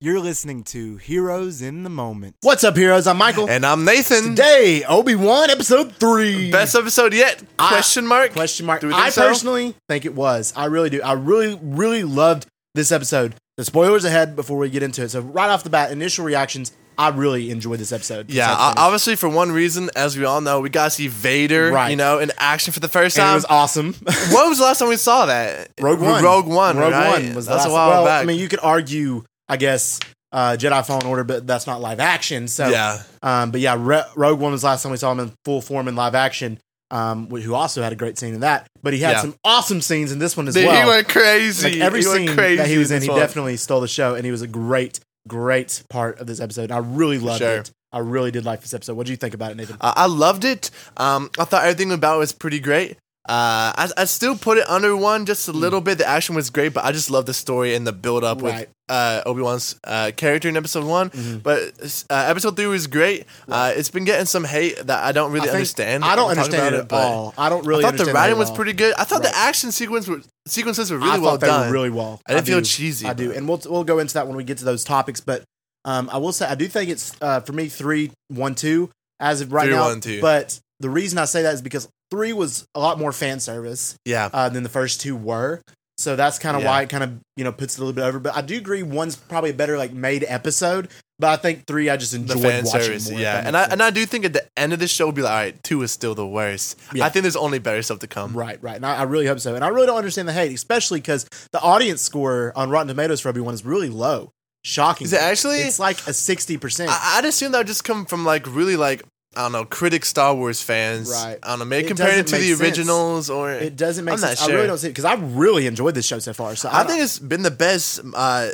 You're listening to Heroes in the Moment. What's up, heroes? I'm Michael. And I'm Nathan. Today, Obi Wan episode three. Best episode yet? I- Question mark? question mark. Do we think I so? personally think it was. I really do. I really, really loved this episode. The spoilers ahead before we get into it. So right off the bat, initial reactions. I really enjoyed this episode. Yeah, o- Episode obviously for one reason, as we all know, we got to see Vader, Right. you know, in action for the first finished. And it time. was awesome. when was the last time we saw that? Rogue One. Rogue One. Rogue right? One was the that's last- a while well, back. I mean, you could argue, I guess, uh, Jedi Fallen Order, but that's not live action. So yeah, Um, but yeah, Re- Rogue One was the last time we saw him in full form in live action. Um, wh- who also had a great scene in that, but he had Yeah. some awesome scenes in this one as Dude, well. he went crazy. like every he went scene crazy that he was in, this he one. definitely stole the show, and he was a great, great part of this episode. I really loved sure. it. I really did like this episode. What do you think about it, Nathan? Uh, I loved it. Um, I thought everything about it was pretty great. Uh, I, I still put it under one just a Hmm. little bit. The action was great, but I just love the story and the build up Right. Mm-hmm. with uh, Obi Wan's uh, character in episode one. But uh, episode three was great. Uh, it's been getting some hate that I don't really think- understand. I don't We'll talk understand about it at all. I don't really. I thought the understand that at writing was all. pretty good. I thought Right. the action sequence were, sequences were I really thought well they done. Were really well. I didn't feel do. cheesy, I do, but- and we'll we'll go into that when we get to those topics. But um, I will say I do think it's uh, for me three one two as of right Three, now. one, two. But the reason I say that is because three was a lot more fan service yeah, uh, than the first two were. So that's kind of Yeah. why it kind of you know puts it a little bit over. But I do agree one's probably a better like made episode. But I think three I just the enjoyed fan watching service. more. Yeah, and I and I do think at the end of the show, we'll be like, all right, two is still the worst. Yeah. I think there's only better stuff to come. Right, right. And I, I really hope so. And I really don't understand the hate, especially because the audience score on Rotten Tomatoes for everyone is really low. Shocking. Is it actually? It's like a 60%. I, I'd assume that would just come from like really like I don't know, critic Star Wars fans. Right. I don't know, maybe It comparing it to doesn't the make sense. originals or it doesn't make I'm not sense. I really sure. don't see it because I really enjoyed this show so far. So I, I think it's been the best uh,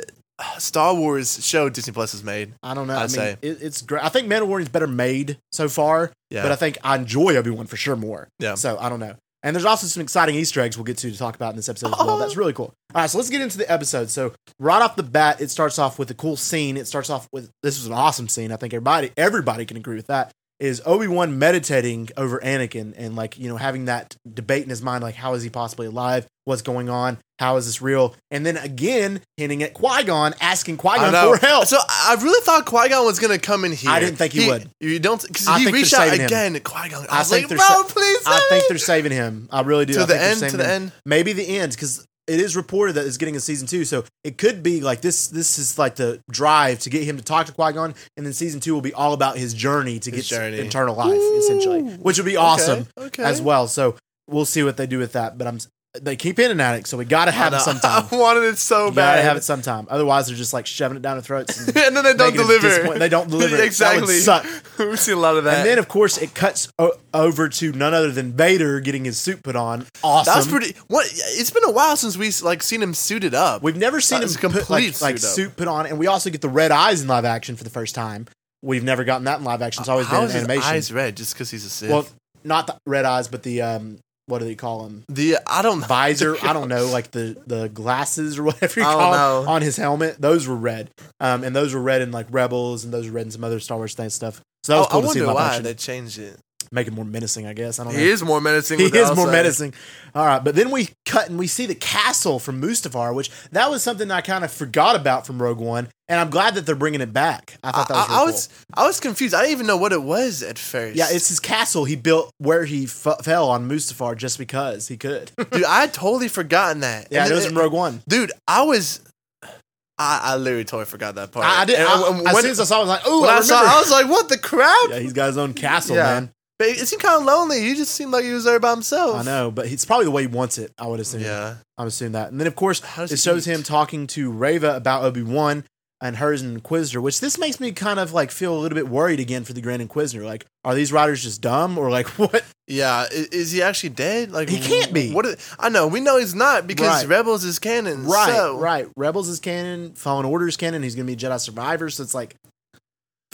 Star Wars show Disney Plus has made. I don't know. i I'd mean, say. It, it's great. I think Mandalorian's better made so far, Yeah. but I think I enjoy everyone for sure more. Yeah. So I don't know. And there's also some exciting Easter eggs we'll get to to talk about in this episode as well. Oh. That's really cool. All right, so let's get into the episode. So right off the bat, it starts off with a cool scene. It starts off with this was an awesome scene. I think everybody everybody can agree with that. Is Obi Wan meditating over Anakin and like you know having that debate in his mind like how is he possibly alive? What's going on? How is this real? And then again hinting at Qui Gon asking Qui I Gon know. for help. So I I really thought Qui Gon was gonna come in here. I didn't think he would. You don't because I he think reached they're out saving him. again. Qui Gon. I I, was think like, they're bro, sa- please. I think hurry." they're saving him. I really do. To I the think they're end, to saving the him. end. Maybe the end, because it is reported that it's getting a season two. So it could be like this. This is like the drive to get him to talk to Qui Gon, and then season two will be all about his journey to His get to journey. eternal life, essentially, which would be awesome Okay. as well. So we'll see what they do with that. But I'm they keep hinting at it, so we gotta have I it know. sometime. I wanted it so You gotta bad. have it sometime. Otherwise, they're just like shoving it down our throats. And and then they don't making us deliver. disappointed. They don't deliver. That would exactly. suck. We've seen a lot of that. And then, of course, it cuts o- over to none other than Vader getting his suit put on. Awesome. that was pretty. What? It's been a while since we like seen him suited up. We've never seen That him was complete put, complete like, like, suit up. suit put on, and we also get the red eyes in live action for the first time. We've never gotten that in live action. It's always How been in is animation. His eyes red just because he's a Sith. well, not the red eyes, but the um, what do they call them? the I don't know. Visor. I don't know, like the the glasses or whatever you I don't call 'em know. on his helmet. Those were red, um, and those were red in like Rebels, and those were red in some other Star Wars thing stuff. So that was Oh, I cool to see in wonder live why action. they changed it. Make it more menacing, I guess. I don't know. He is more menacing. He with the is more outside. menacing. All right, but then we cut and we see the castle from Mustafar, which that was something I kind of forgot about from Rogue One, and I'm glad that they're bringing it back. I I, thought that was, I- really I was I was confused. I didn't even know what it was at first. cool. Yeah, it's his castle he built where he f- fell on Mustafar just because he could. dude. I had totally forgotten that. yeah, And it was in Rogue One. dude. I was. I, I literally totally forgot that part. I, I did. And I, when, as when soon as I saw, it, I was like, "Oh, when I, I remember." saw, it, I was like, "What the crap?" yeah, he's got his own castle, Yeah. man. But it seemed kind of lonely. He just seemed like he was there by himself. I know, but it's probably the way he wants it. I would assume. Yeah. I'm assuming that. And then, of course, How does it he shows eat? him talking to Reva about Obi Wan and her as an Inquisitor, which this makes me kind of like feel a little bit worried again for the Grand Inquisitor. Like, are these writers just dumb or like what? Yeah, is, is he actually dead? Like He can't be. What? Is, I know we know he's not because Right. Rebels is canon. Right, so- right. Rebels is canon, Fallen Order is canon. He's going to be a Jedi Survivor, so it's like,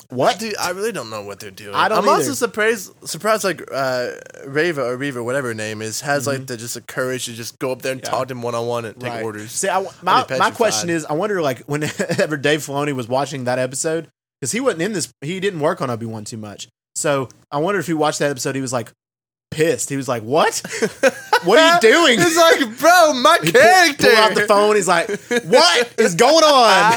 what? Dude, I really don't know what they're doing. I don't I'm also either. surprised. Surprised, like uh, Reva or Reva, whatever her name is, has like the just the courage to just go up there and Mm-hmm. Yeah. talk to him one on one and take Right. orders. See, I, my, be my petrified. question is, I wonder like whenever Dave Filoni was watching that episode because he wasn't in this, he didn't work on Obi Wan too much. So I wonder if he watched that episode, he was like, pissed. He was like, "What? What are you doing?" It's like, bro, my Pull- character. Pull out the phone. He's like, "What is going on?"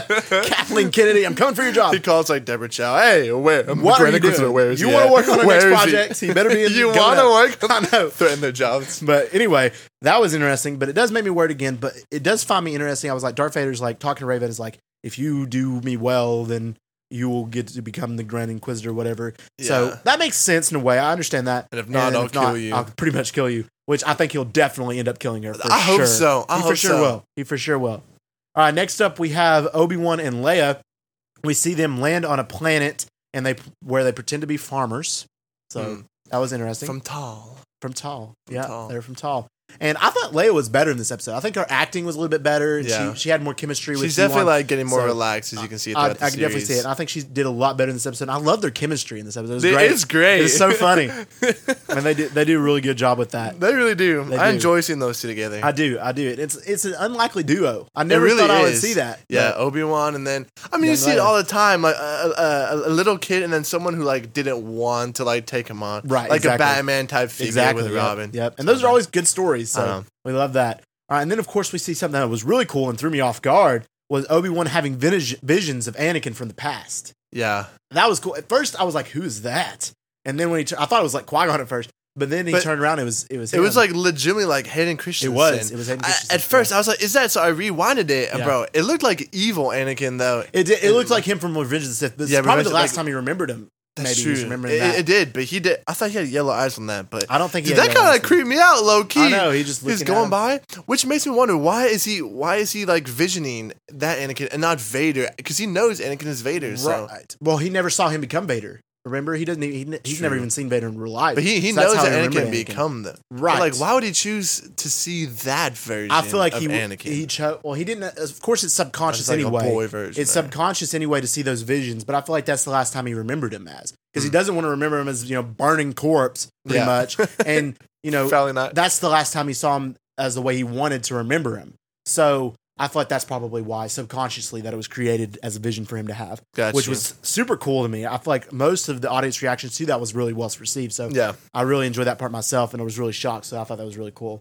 Kathleen Kennedy, I'm coming for your job. He calls like Deborah Chow. Hey, where? What are Brandon you Cruiser, doing? Where is you he want at? to work on our Where is next he? project? He better be. In You going want up. to work? I know. Threaten their jobs. But anyway, that was interesting. But it does make me worried again. But it does find me interesting. I was like, Darth Vader's like talking to Raven is like, if you do me well, then you will get to become the Grand Inquisitor, or whatever. Yeah. So that makes sense in a way. I understand that. And if not, I'll kill you. I'll pretty much kill you. Which I think he'll definitely end up killing her. For I hope sure. so. I he hope for sure so. will. He for sure will. All right. Next up, we have Obi Wan and Leia. We see them land on a planet, and they where they pretend to be farmers. So Mm. that was interesting From Tall. from Tall. From yeah, Tall. they're from Tall. And I thought Leia was better in this episode. I think her acting was a little bit better. and Yeah. She she had more chemistry with. She's definitely Ewan. like getting more So, relaxed as you can see. I, I throughout the can definitely see it. series. And I think she did a lot better in this episode. And I love their chemistry in this episode. It was It great. is great. It's so funny. and they do they do a really good job with that. They really do. They I do. enjoy seeing those two together. I do, I do. It's it's an unlikely duo. I never it really thought I would is. see that. Yeah, But Obi Wan, and then I mean, you Young see it Leia. all the time, like a, a, a little kid, and then someone who like didn't want to like take him on, Right, Like a exactly. Batman type figure exactly. with yep, Robin. Yep. And those are always good stories. So Uh-huh. we love that. All right. And then of course we see something that was really cool and threw me off guard was Obi Wan having vis- visions of Anakin from the past. yeah. That was cool. At first, I was like, "Who's that?" And then when he, tur- I thought it was like Qui Gon at first, but then he But- turned around. It was it was It was him. like legitimately like Hayden it Christensen. was it was Hayden I- Christensen. at first, I was like, "Is that?" So I rewinded it, and Yeah. bro. It looked like evil Anakin, though. it did, it looked like him from Revenge of the Sith. But Yeah, it's probably Revenge the of- last like- time he remembered him. That's maybe he true. was remembering it, that. it did, but he did. I thought he had yellow eyes on that, but I don't think he Dude, had that kind eyes. of creeped me out, low key. I know he just He's looking going at him. by, which makes me wonder why is he why is he like visioning that Anakin and not Vader? Because he knows Anakin is Vader. So, Right. Well, he never saw him become Vader. Remember, he doesn't. He, he, he's True. never even seen Vader in real life. but he he So that's knows how that he Anakin, remembered become them. But, right. Like, why would he choose to see that version? I feel like of he Anakin. he chose. Well, he didn't. Of course, it's That's subconscious like anyway. a boy version. it's there. subconscious anyway to see those visions, but I feel like that's the last time he remembered him as because he doesn't want to remember him as you know burning corpse pretty Yeah. much, and you know Probably not. that's the last time he saw him as the way he wanted to remember him. So I thought that's probably why subconsciously that it was created as a vision for him to have, Gotcha. which was super cool to me. I feel like most of the audience reactions to that was really well received. So yeah. I really enjoyed that part myself, and I was really shocked. So I thought that was really cool.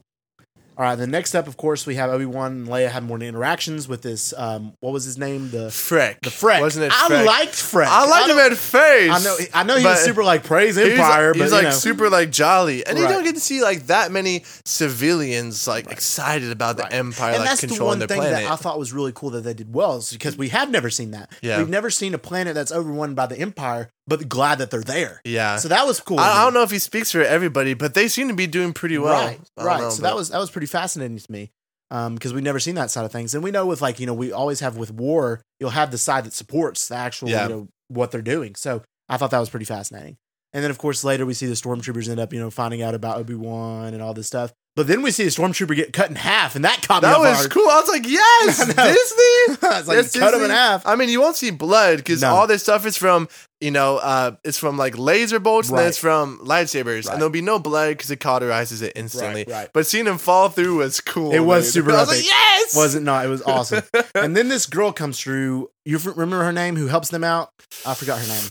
All right, the next up, of course, we have Obi Wan and Leia had more interactions with this. Um, what was his name? The Freck. the Freck. wasn't it? I Freck? liked Freck. I liked him at first. I know. I know he was but- super like praise He's- uh, Empire, he's but like you know, super like jolly, and you Right. don't get to see like that many civilians like excited about Right. the empire, and like that's the one controlling their thing planet. that I thought was really cool that they did well, is because we have never seen that. Yeah. we've never seen a planet that's overrun by the Empire, but glad that they're there. yeah, So that was cool. Uh, I, I don't know if he speaks for everybody, but they seem to be doing pretty well. Right, I don't right. know, so but- that was that was pretty fascinating to me because we've never seen that side of things, and we know with like you know we always have with war, you'll have the side that supports the actual Yeah. you know what they're doing. So I thought that was pretty fascinating. And then of course later we see the stormtroopers end up you know finding out about Obi Wan and all this stuff, but then we see a stormtrooper get cut in half, and that caught me that off was guard. cool. I was like, yes, I know. Disney. It's like, Yes, you cut him in Disney. half. I mean, you won't see blood because No. all this stuff is from you know, uh, it's from like laser bolts and then Right. it's from lightsabers, Right. and there'll be no blood because it cauterizes it instantly. right. But seeing him fall through was cool. It was dude. super I was like, epic. yes, Was it not? It was awesome. and then this girl comes through. You f- remember her name? Who helps them out? I forgot her name.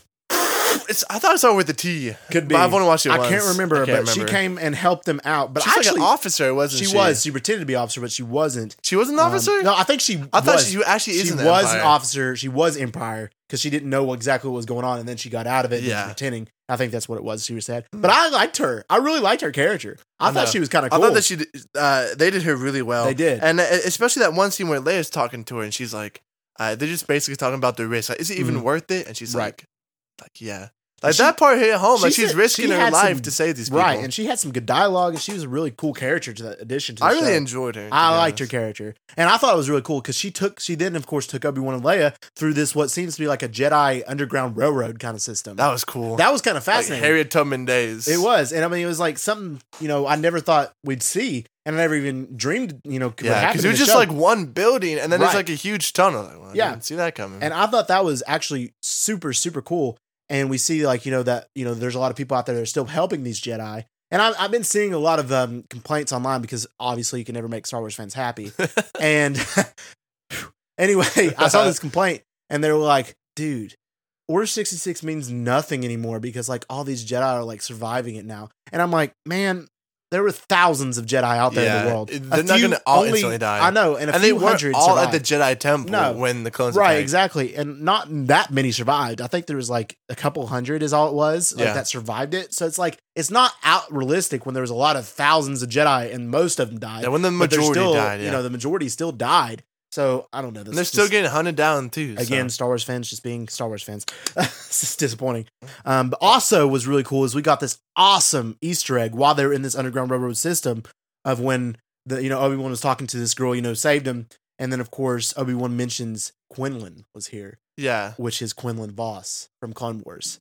It's, I thought I saw her with the T. Could be. But I've only watched it I once. can't remember, I her, but can't she remember. came and helped them out. But She's actually, like an officer, wasn't she, she? was. She pretended to be officer, but she wasn't. She was an Um, officer. no, I think she. I thought was. she actually is She in was the an Empire. officer. She was Empire because she didn't know what- exactly what was going on, and then she got out of it. and was Yeah. Hmm. pretending. I think that's what it was. She was sad, but I liked her. I really liked her character. I, I thought know. she was kind of I cool. thought that she, did, uh, they did her really well. They did. and uh, especially that one scene where Leia's talking to her, and she's like, uh, they're just basically talking about the risk. Like, is it even Mhm. worth it? And she's Right. like, like yeah. And Like she- that part hit home. Like she she's said- risking she her had life some- to save these people. right, and she had some good dialogue, and she was a really cool character to that addition. To the I really show. enjoyed her. to I be liked her honest. character, and I thought it was really cool because she took she then of course took Obi Wan and Leia through this what seems to be like a Jedi underground railroad kind of system. That was cool. That was kind of Like fascinating. Harriet Tubman days. it was, and I mean, it was like something you know I never thought we'd see, and I never even dreamed you know could Yeah, happen. because in it was the just show. like one building, and then it's Right. like a huge tunnel. Like, well, I Yeah. didn't see that coming. and I thought that was actually super super cool. And we see like you know that you know there's a lot of people out there that are still helping these Jedi. And I, I've been seeing a lot of um, complaints online because obviously you can never make Star Wars fans happy. and anyway, I saw this complaint and they were like, dude, Order 66 means nothing anymore because like all these Jedi are like surviving it now. And I'm like, man, there were thousands of Jedi out there in Yeah, the world. it- A they're not few gonna all instantly die. I know, and a and they few weren't hundred all survived. at the Jedi Temple No. when the clones right attacked. exactly and not that many survived i think there was like a couple hundred is all it was like Yeah. that survived it so it's like it's not out realistic when there was a lot of thousands of jedi and most of them died Yeah, when the But they're majority still- died, yeah. you know the majority still died so i don't know and they're still just- getting hunted down too. so- again star wars fans just being star wars fans it's just disappointing um but also was really cool is we got this awesome easter egg while they were in this underground railroad system of when the you know obi-wan was talking to this girl you know saved him and then of course obi-wan mentions quinlan was here yeah, which is Quinlan Voss from Clone Wars.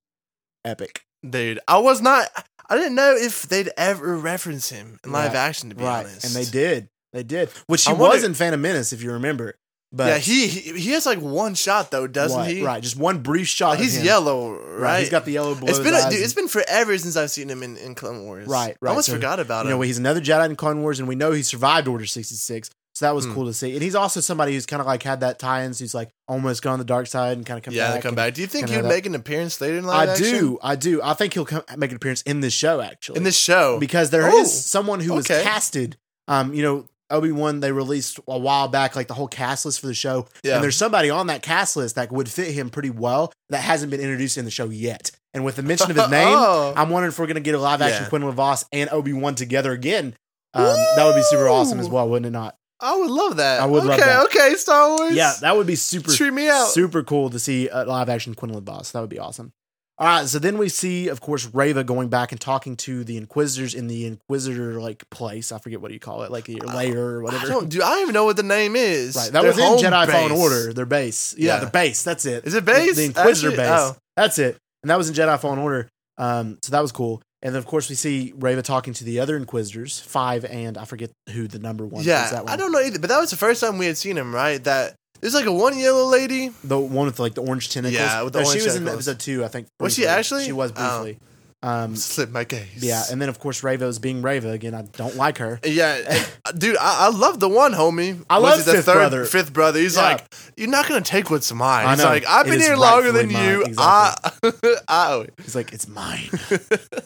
Epic. dude. I was not. I didn't know if they'd ever reference him in live Right, action. To be honest, And they did. They did. Which he I wonder- was in Phantom Menace, if you remember. But yeah, he, he he has like one shot though, doesn't right, he? Right. Just one brief shot. Like, of he's him. yellow, Right. right? He's got the yellow below it's his been eyes a, dude, and- it's been forever since I've seen him in, in Clone Wars. Right, right, I almost so, forgot about you know, him. he's another Jedi in Clone Wars, and we know he survived Order 66. So that was Hmm. cool to see. And he's also somebody who's kind of like had that tie ins, who's like almost gone the dark side and kind of come yeah, back. come and- back. Do you think kinda he would that- make an appearance later in live I action? do. I do. I think he'll come make an appearance in this show, actually. in this show. because there is Oh, someone who was okay. casted. Um, you know, Obi Wan they released a while back, like the whole cast list for the show, yeah, and there's somebody on that cast list that would fit him pretty well that hasn't been introduced in the show yet. And with the mention of his name, Oh. I'm wondering if we're gonna get a live action Yeah. Quinlan Voss and Obi Wan together again. Um, that would be super awesome as Ooh. well, wouldn't it not? I would love that. I would okay, love that. Okay, Star Wars. Yeah, that would be super Treat me out. super cool to see a live action Quinlan Voss. That would be awesome. All right, so then we see, of course, Rava going back and talking to the Inquisitors in the Inquisitor like place. I forget what you call it, like your layer or Oh, I whatever. don't, dude, I don't even know what the name is. right, that Their was in home Jedi Fallen base. Order. Their base, yeah, Yeah. their base. That's it. Is it The- base? The, Inquisitor Actually- base. oh. That's it. And that was in Jedi Fallen Order. Um, so that was cool. And then, of course, we see Rava talking to the other Inquisitors, five and I forget who the number one. is Yeah, that one? I don't know either. But that was the first time we had seen him, right? That there's like a one yellow lady. the one with like the orange tentacles. Yeah, with the No, orange she was in tentacles. episode two, I think. Was she briefly. actually? She was Oh. briefly. Um, Slip my case. yeah, and then of course Ravo's being Rava again. I don't like her. Yeah, and- uh, dude, I, I love the one homie. I Was love it the Fifth Brother. Fifth brother. He's Yeah. like, you're not gonna take what's mine. I He's know. like, I've It been is here longer than rightfully you. mine. I, I owe it. He's like, it's mine.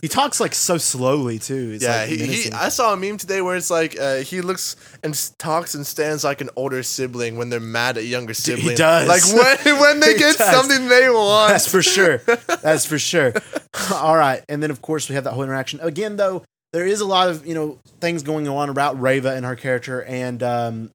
he talks like so slowly too. He's yeah, like, he, he. menacing. I saw a meme today where it's like uh, he looks and s- talks and stands like an older sibling when they're mad at a younger he sibling. does. Like when when they He get does. something they want. That's for sure. That's for sure. All right, and then of course we have that whole interaction again. Though there is a lot of you know things going on about Rava and her character, and um,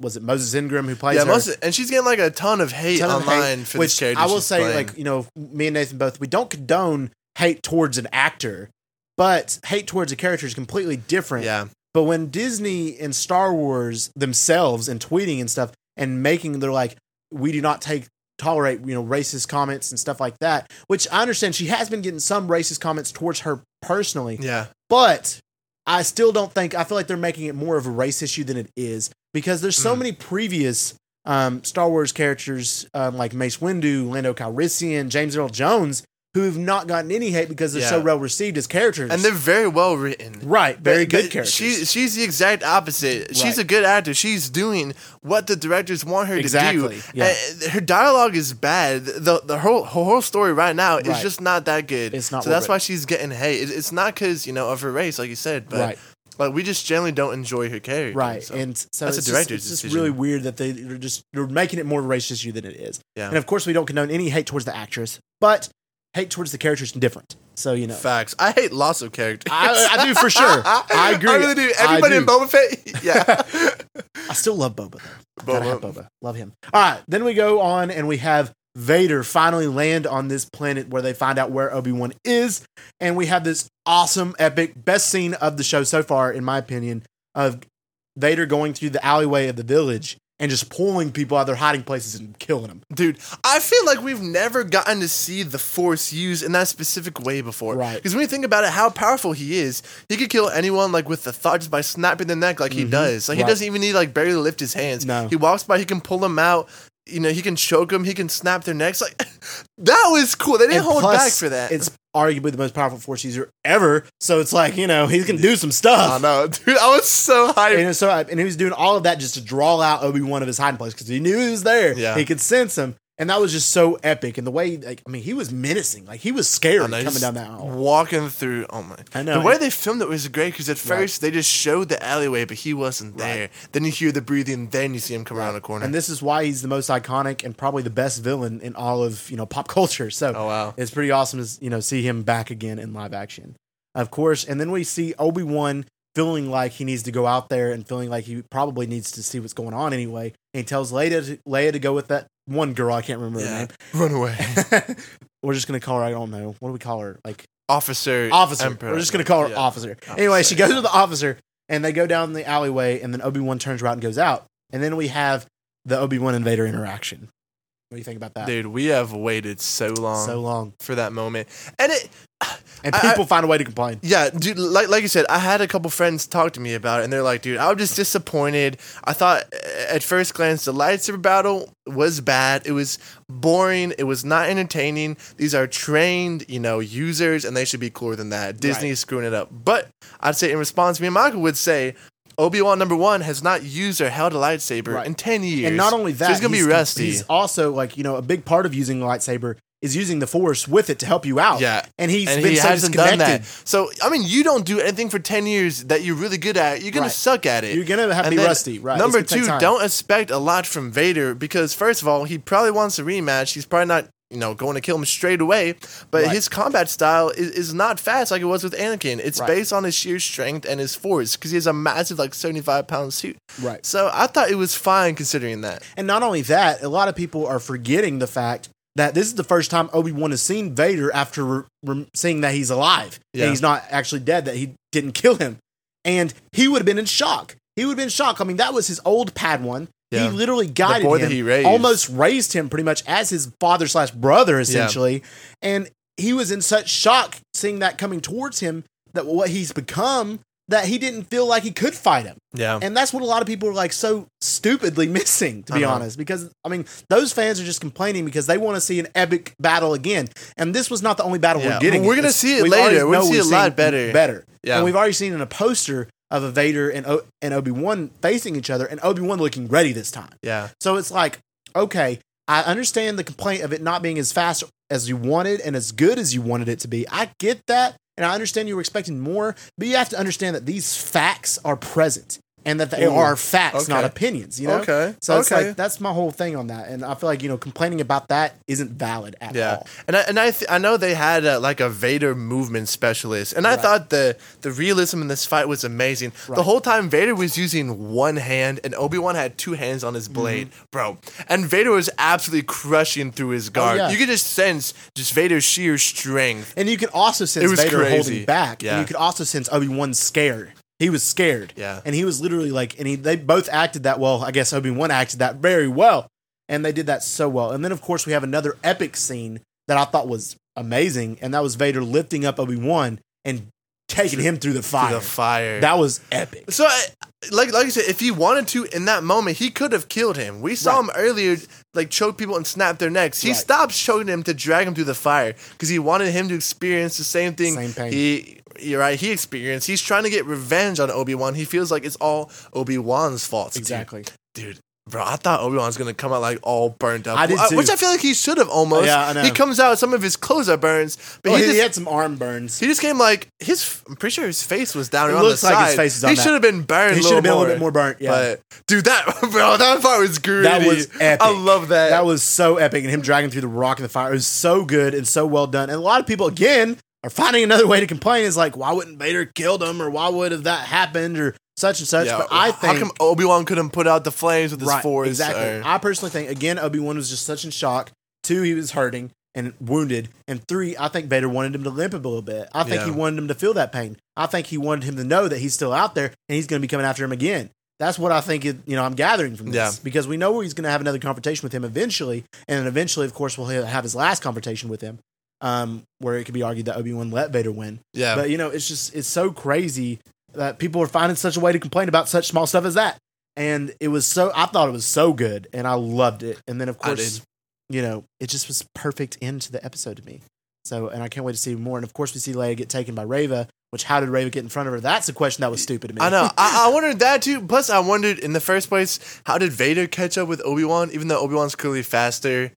was it Moses Ingram who plays yeah, her? most, and she's getting like a ton of hate ton of hate, online for which this character. I will she's say, playing. like you know, me and Nathan both we don't condone hate towards an actor, but hate towards a character is completely different. yeah, But when Disney and Star Wars themselves and tweeting and stuff and making they're like, we do not take tolerate you know racist comments and stuff like that, which I understand she has been getting some racist comments towards her personally, yeah, but I still don't think I feel like they're making it more of a race issue than it is because there's so Mm. many previous um, Star Wars characters um, like Mace Windu, Lando Calrissian, James Earl Jones who have not gotten any hate because they're so Yeah. well received as characters. and they're very well written. right, very But- good but characters. She, she's the exact opposite. Right. She's a good actor. She's doing what the directors want her to Exactly, do. yeah. Uh, her dialogue is bad. The the whole her whole story right now is Right. just not that good. It's not So well that's why she's getting hate. It, it's not because you know of her race, like you said, but Right. like we just generally don't enjoy her character. right, so- and so that's a it's director's just, it's just decision. really weird that they, they're just they're making it more race issue than it is. Yeah. And of course, we don't condone any hate towards the actress, but hate towards the characters is different. So you know, facts. I hate loss of character. I- I do for sure. I agree. I really do. I Everybody in do. Boba Fett. Yeah. I still love Boba. Though. Gotta have Boba. Boba. Love him. All right, then we go on and we have Vader finally land on this planet where they find out where Obi Wan is, and we have this awesome, epic, best scene of the show so far, in my opinion, of Vader going through the alleyway of the village and just pulling people out of their hiding places and killing them. Dude, I feel like we've never gotten to see the Force used in that specific way before. Right. Because when you think about it, how powerful he is, he could kill anyone like with the thought just by snapping their neck, like he does. Like Mm-hmm. Right. he doesn't even need like barely lift his hands. No. He walks by, he can pull them out. You know, he can choke them. He can snap their necks. Like that was cool. They didn't And hold plus, back for that. It's arguably the most powerful force user ever, so it's like you know he's gonna do some stuff. I know, dude. I was so hyped. and so and he was doing all of that just to draw out Obi Wan of his hiding place because he knew he was there. Yeah. he could sense him, and that was just so epic. And the way, like, I mean, he was menacing. Like he was scary I know, coming just down that aisle. Walking through, oh my! I know. the way they filmed it was great because at first they just showed the alleyway, but he wasn't there. Then you hear the breathing, then you see him come around the corner. And this is why he's the most iconic and probably the best villain in all of you know pop culture. So Oh, wow. it's pretty awesome to you know see him back again in live action, of course. And then we see Obi Wan feeling like he needs to go out there and feeling like he probably needs to see what's going on anyway. And he tells Leia to, Leia to go with that one girl I can't remember yeah. her run away, name. We're just gonna call her. I don't know what do we call her? Like officer, officer. Emperor. We're just gonna call her Yeah. officer. Anyway, she Officer. goes to the officer, and they go down the alleyway, and then Obi Wan turns around and goes out, and then we have the Obi Wan Invader interaction. What do you think about that? Dude, we have waited so long so long, for that moment, and it, and I- I- people find a way to complain. yeah, dude. Like like you said, I had a couple friends talk to me about it, and they're like, dude, I was just disappointed. I thought uh, at first glance the lightsaber battle was bad. It was boring. It was not entertaining. These are trained, you know, users, and they should be cooler than that. Disney Right. is screwing it up. But I'd say in response, me and Michael would say. Obi Wan number one has not used or held a lightsaber Right. in ten years, And not only that, so he's gonna be rusty. He's also like you know a big part of using the lightsaber is using the Force with it to help you out. Yeah. and he's and been he so hasn't done disconnected. that. So I mean, you don't do anything for ten years that you're really good at. You're gonna Right. suck at it. You're gonna have to And be then rusty. Right. It's Number gonna take two, time. don't expect a lot from Vader because first of all, he probably wants a rematch. He's probably not. You know, going to kill him straight away, but Right. his combat style is, is not fast like it was with Anakin. It's Right. based on his sheer strength and his force because he has a massive, like, 75 pound suit. Right. So I thought it was fine considering that. And not only that, a lot of people are forgetting the fact that this is the first time Obi Wan has seen Vader after re- rem- seeing that he's alive Yeah. and he's not actually dead, that he didn't kill him. And he would have been in shock. He would have been in shock. I mean, that was his old Padawan. Yeah. He literally guided boy him, that he raised. almost raised him pretty much as his father slash brother, essentially. And he was in such shock seeing that coming towards him that what he's become that he didn't feel like he could fight him. Yeah. And that's what a lot of people are like so stupidly missing, to be Uh-huh. honest. Because I mean, those fans are just complaining because they want to see an epic battle again. And this was not the only battle Yeah. we're getting. Well, we're gonna It's- see it we've later. already We're gonna know see we've a lot seen better. Better. Yeah. And we've already seen in a poster of a Vader and o- and Obi Wan facing each other, and Obi Wan looking ready this time. yeah. So it's like, okay, I understand the complaint of it not being as fast as you wanted and as good as you wanted it to be. I get that. And I understand you were expecting more, but you have to understand that these facts are present and that they Ooh, are facts, not okay. opinions, you know? Okay, So it's okay. like, that's my whole thing on that. And I feel like, you know, complaining about that isn't valid at yeah. all. And I and I, th- I know they had uh like a Vader movement specialist, and I thought the the realism in this fight was amazing. The whole time Vader was using one hand, and Obi Wan had two hands on his blade, Mm-hmm. bro. And Vader was absolutely crushing through his guard. Oh, yeah. You could just sense just Vader's sheer strength. And you can also sense was Vader crazy. holding back. Yeah. And you could also sense Obi Wan scared. He was scared. Yeah. And he was literally like, and he, they both acted that well. I guess Obi Wan acted that very well. And they did that so well. And then, of course, we have another epic scene that I thought was amazing. And that was Vader lifting up Obi Wan and taking him through the through fire. The fire. That was epic. So, I, like, like I said, if he wanted to in that moment, he could have killed him. We saw Right. him earlier, like choke people and snap their necks. He Right. stopped choking him to drag him through the fire because he wanted him to experience the same thing. Same pain. He, you're right. He experienced. He's trying to get revenge on Obi Wan. He feels like it's all Obi Wan's fault. Dude. Exactly. dude. Bro, I thought Obi Wan's gonna come out like all burnt up. I did Wh- too. Which I feel like he should have almost. Yeah, I know. He comes out, some of his clothes are burns, but Oh, he, he, just, had some arm burns. he just came like his. I'm pretty sure his face was down It around looks the like side. his face is on he that. should have been burned. He should have been a little bit more burnt. Yeah. But dude, that bro, that part was great. That was epic. I love that. That was so epic, and him dragging through the rock and the fire it was so good and so well done. And a lot of people again are finding another way to complain. Is like, why wouldn't Vader killed him, or why would have that happened, or such and such. Yeah, but I how think come Obi Wan couldn't put out the flames with his right, force? exactly. or- I personally think again, Obi Wan was just such in shock. Two, he was hurting and wounded, and three, I think Vader wanted him to limp a little bit. I think Yeah. he wanted him to feel that pain. I think he wanted him to know that he's still out there and he's going to be coming after him again. That's what I think. It, you know, I'm gathering from this Yeah. because we know he's going to have another confrontation with him eventually, and then eventually, of course, we'll ha- have his last confrontation with him, um, where it could be argued that Obi Wan let Vader win. yeah, But you know, it's just it's so crazy that people are finding such a way to complain about such small stuff as that. And it was so I thought it was so good and I loved it. And then of I course, did. you know, it just was perfect end to the episode to me. So and I can't wait to see more. And of course we see Leia get taken by Rava, which how did Rava get in front of her? That's a question that was stupid to me. I know. I, I wondered that too. Plus, I wondered in the first place, how did Vader catch up with Obi Wan? Even though Obi Wan's clearly faster,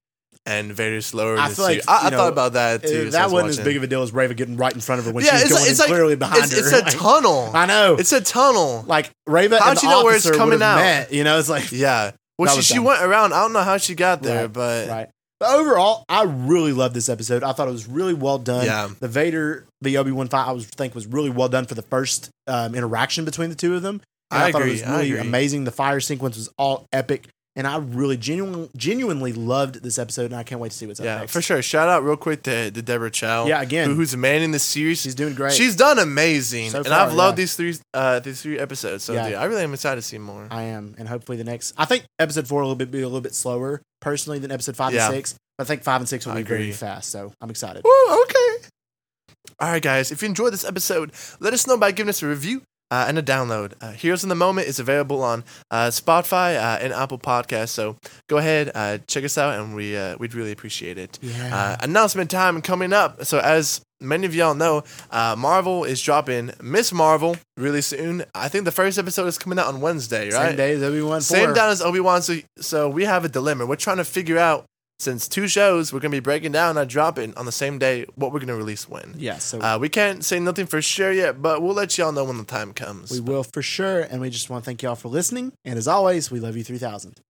and Vader's slower. I to feel see- like, I, I you know, thought about that too. as I that was wasn't as watching. big of a deal as Reva getting right in front of her when yeah. she's It's, going like- it's and like clearly behind it's, her. It's a Like, tunnel. I know. It's a tunnel. like Reva How'd and the you know where it's officer coming would have out? met. You know, it's like Yeah. Well, That she, was she dumb. went around. I don't know how she got there, Right, but right. But overall, I really loved this episode. I thought it was really well done. Yeah. The Vader, the Obi Wan fight, I was think was really well done for the first um, interaction between the two of them. And I thought agree, it was I really agree. amazing. The fire sequence was all epic, and I really genuinely genuinely loved this episode. And I can't wait to see what's up yeah, next. for sure. Shout out real quick to, to Deborah Chow. Yeah, again. who- who's a man in the series. She's doing great. She's done amazing, So and far, I've loved yeah. these three uh, these three episodes. So Yeah. dude, I really am excited to see more. I am, and hopefully the next. I think episode four will be, be a little bit slower personally than episode five Yeah. and six. But I think five and six will I be agree. Uh, very fast, so I'm excited. Woo, okay. All right, guys. If you enjoyed this episode, let us know by giving us a review uh, and a download. Uh, Heroes in the Moment is available on uh, Spotify uh, and Apple Podcasts. So go ahead, uh, check us out, and we uh, we'd really appreciate it. Yeah. Uh, announcement time coming up. So as many of y'all know, uh, Marvel is dropping Miss Marvel really soon. I think the first episode is coming out on Wednesday, Same right? day as Obi Wan. Same four. down as Obi Wan. So, so we have a dilemma. We're trying to figure out since two shows, we're gonna be breaking down and dropping on the same day what we're gonna release when. Yeah. So Uh, we can't say nothing for sure yet, but we'll let y'all know when the time comes. We will for sure. And we just want to thank y'all for listening. And as always, we love you 3000.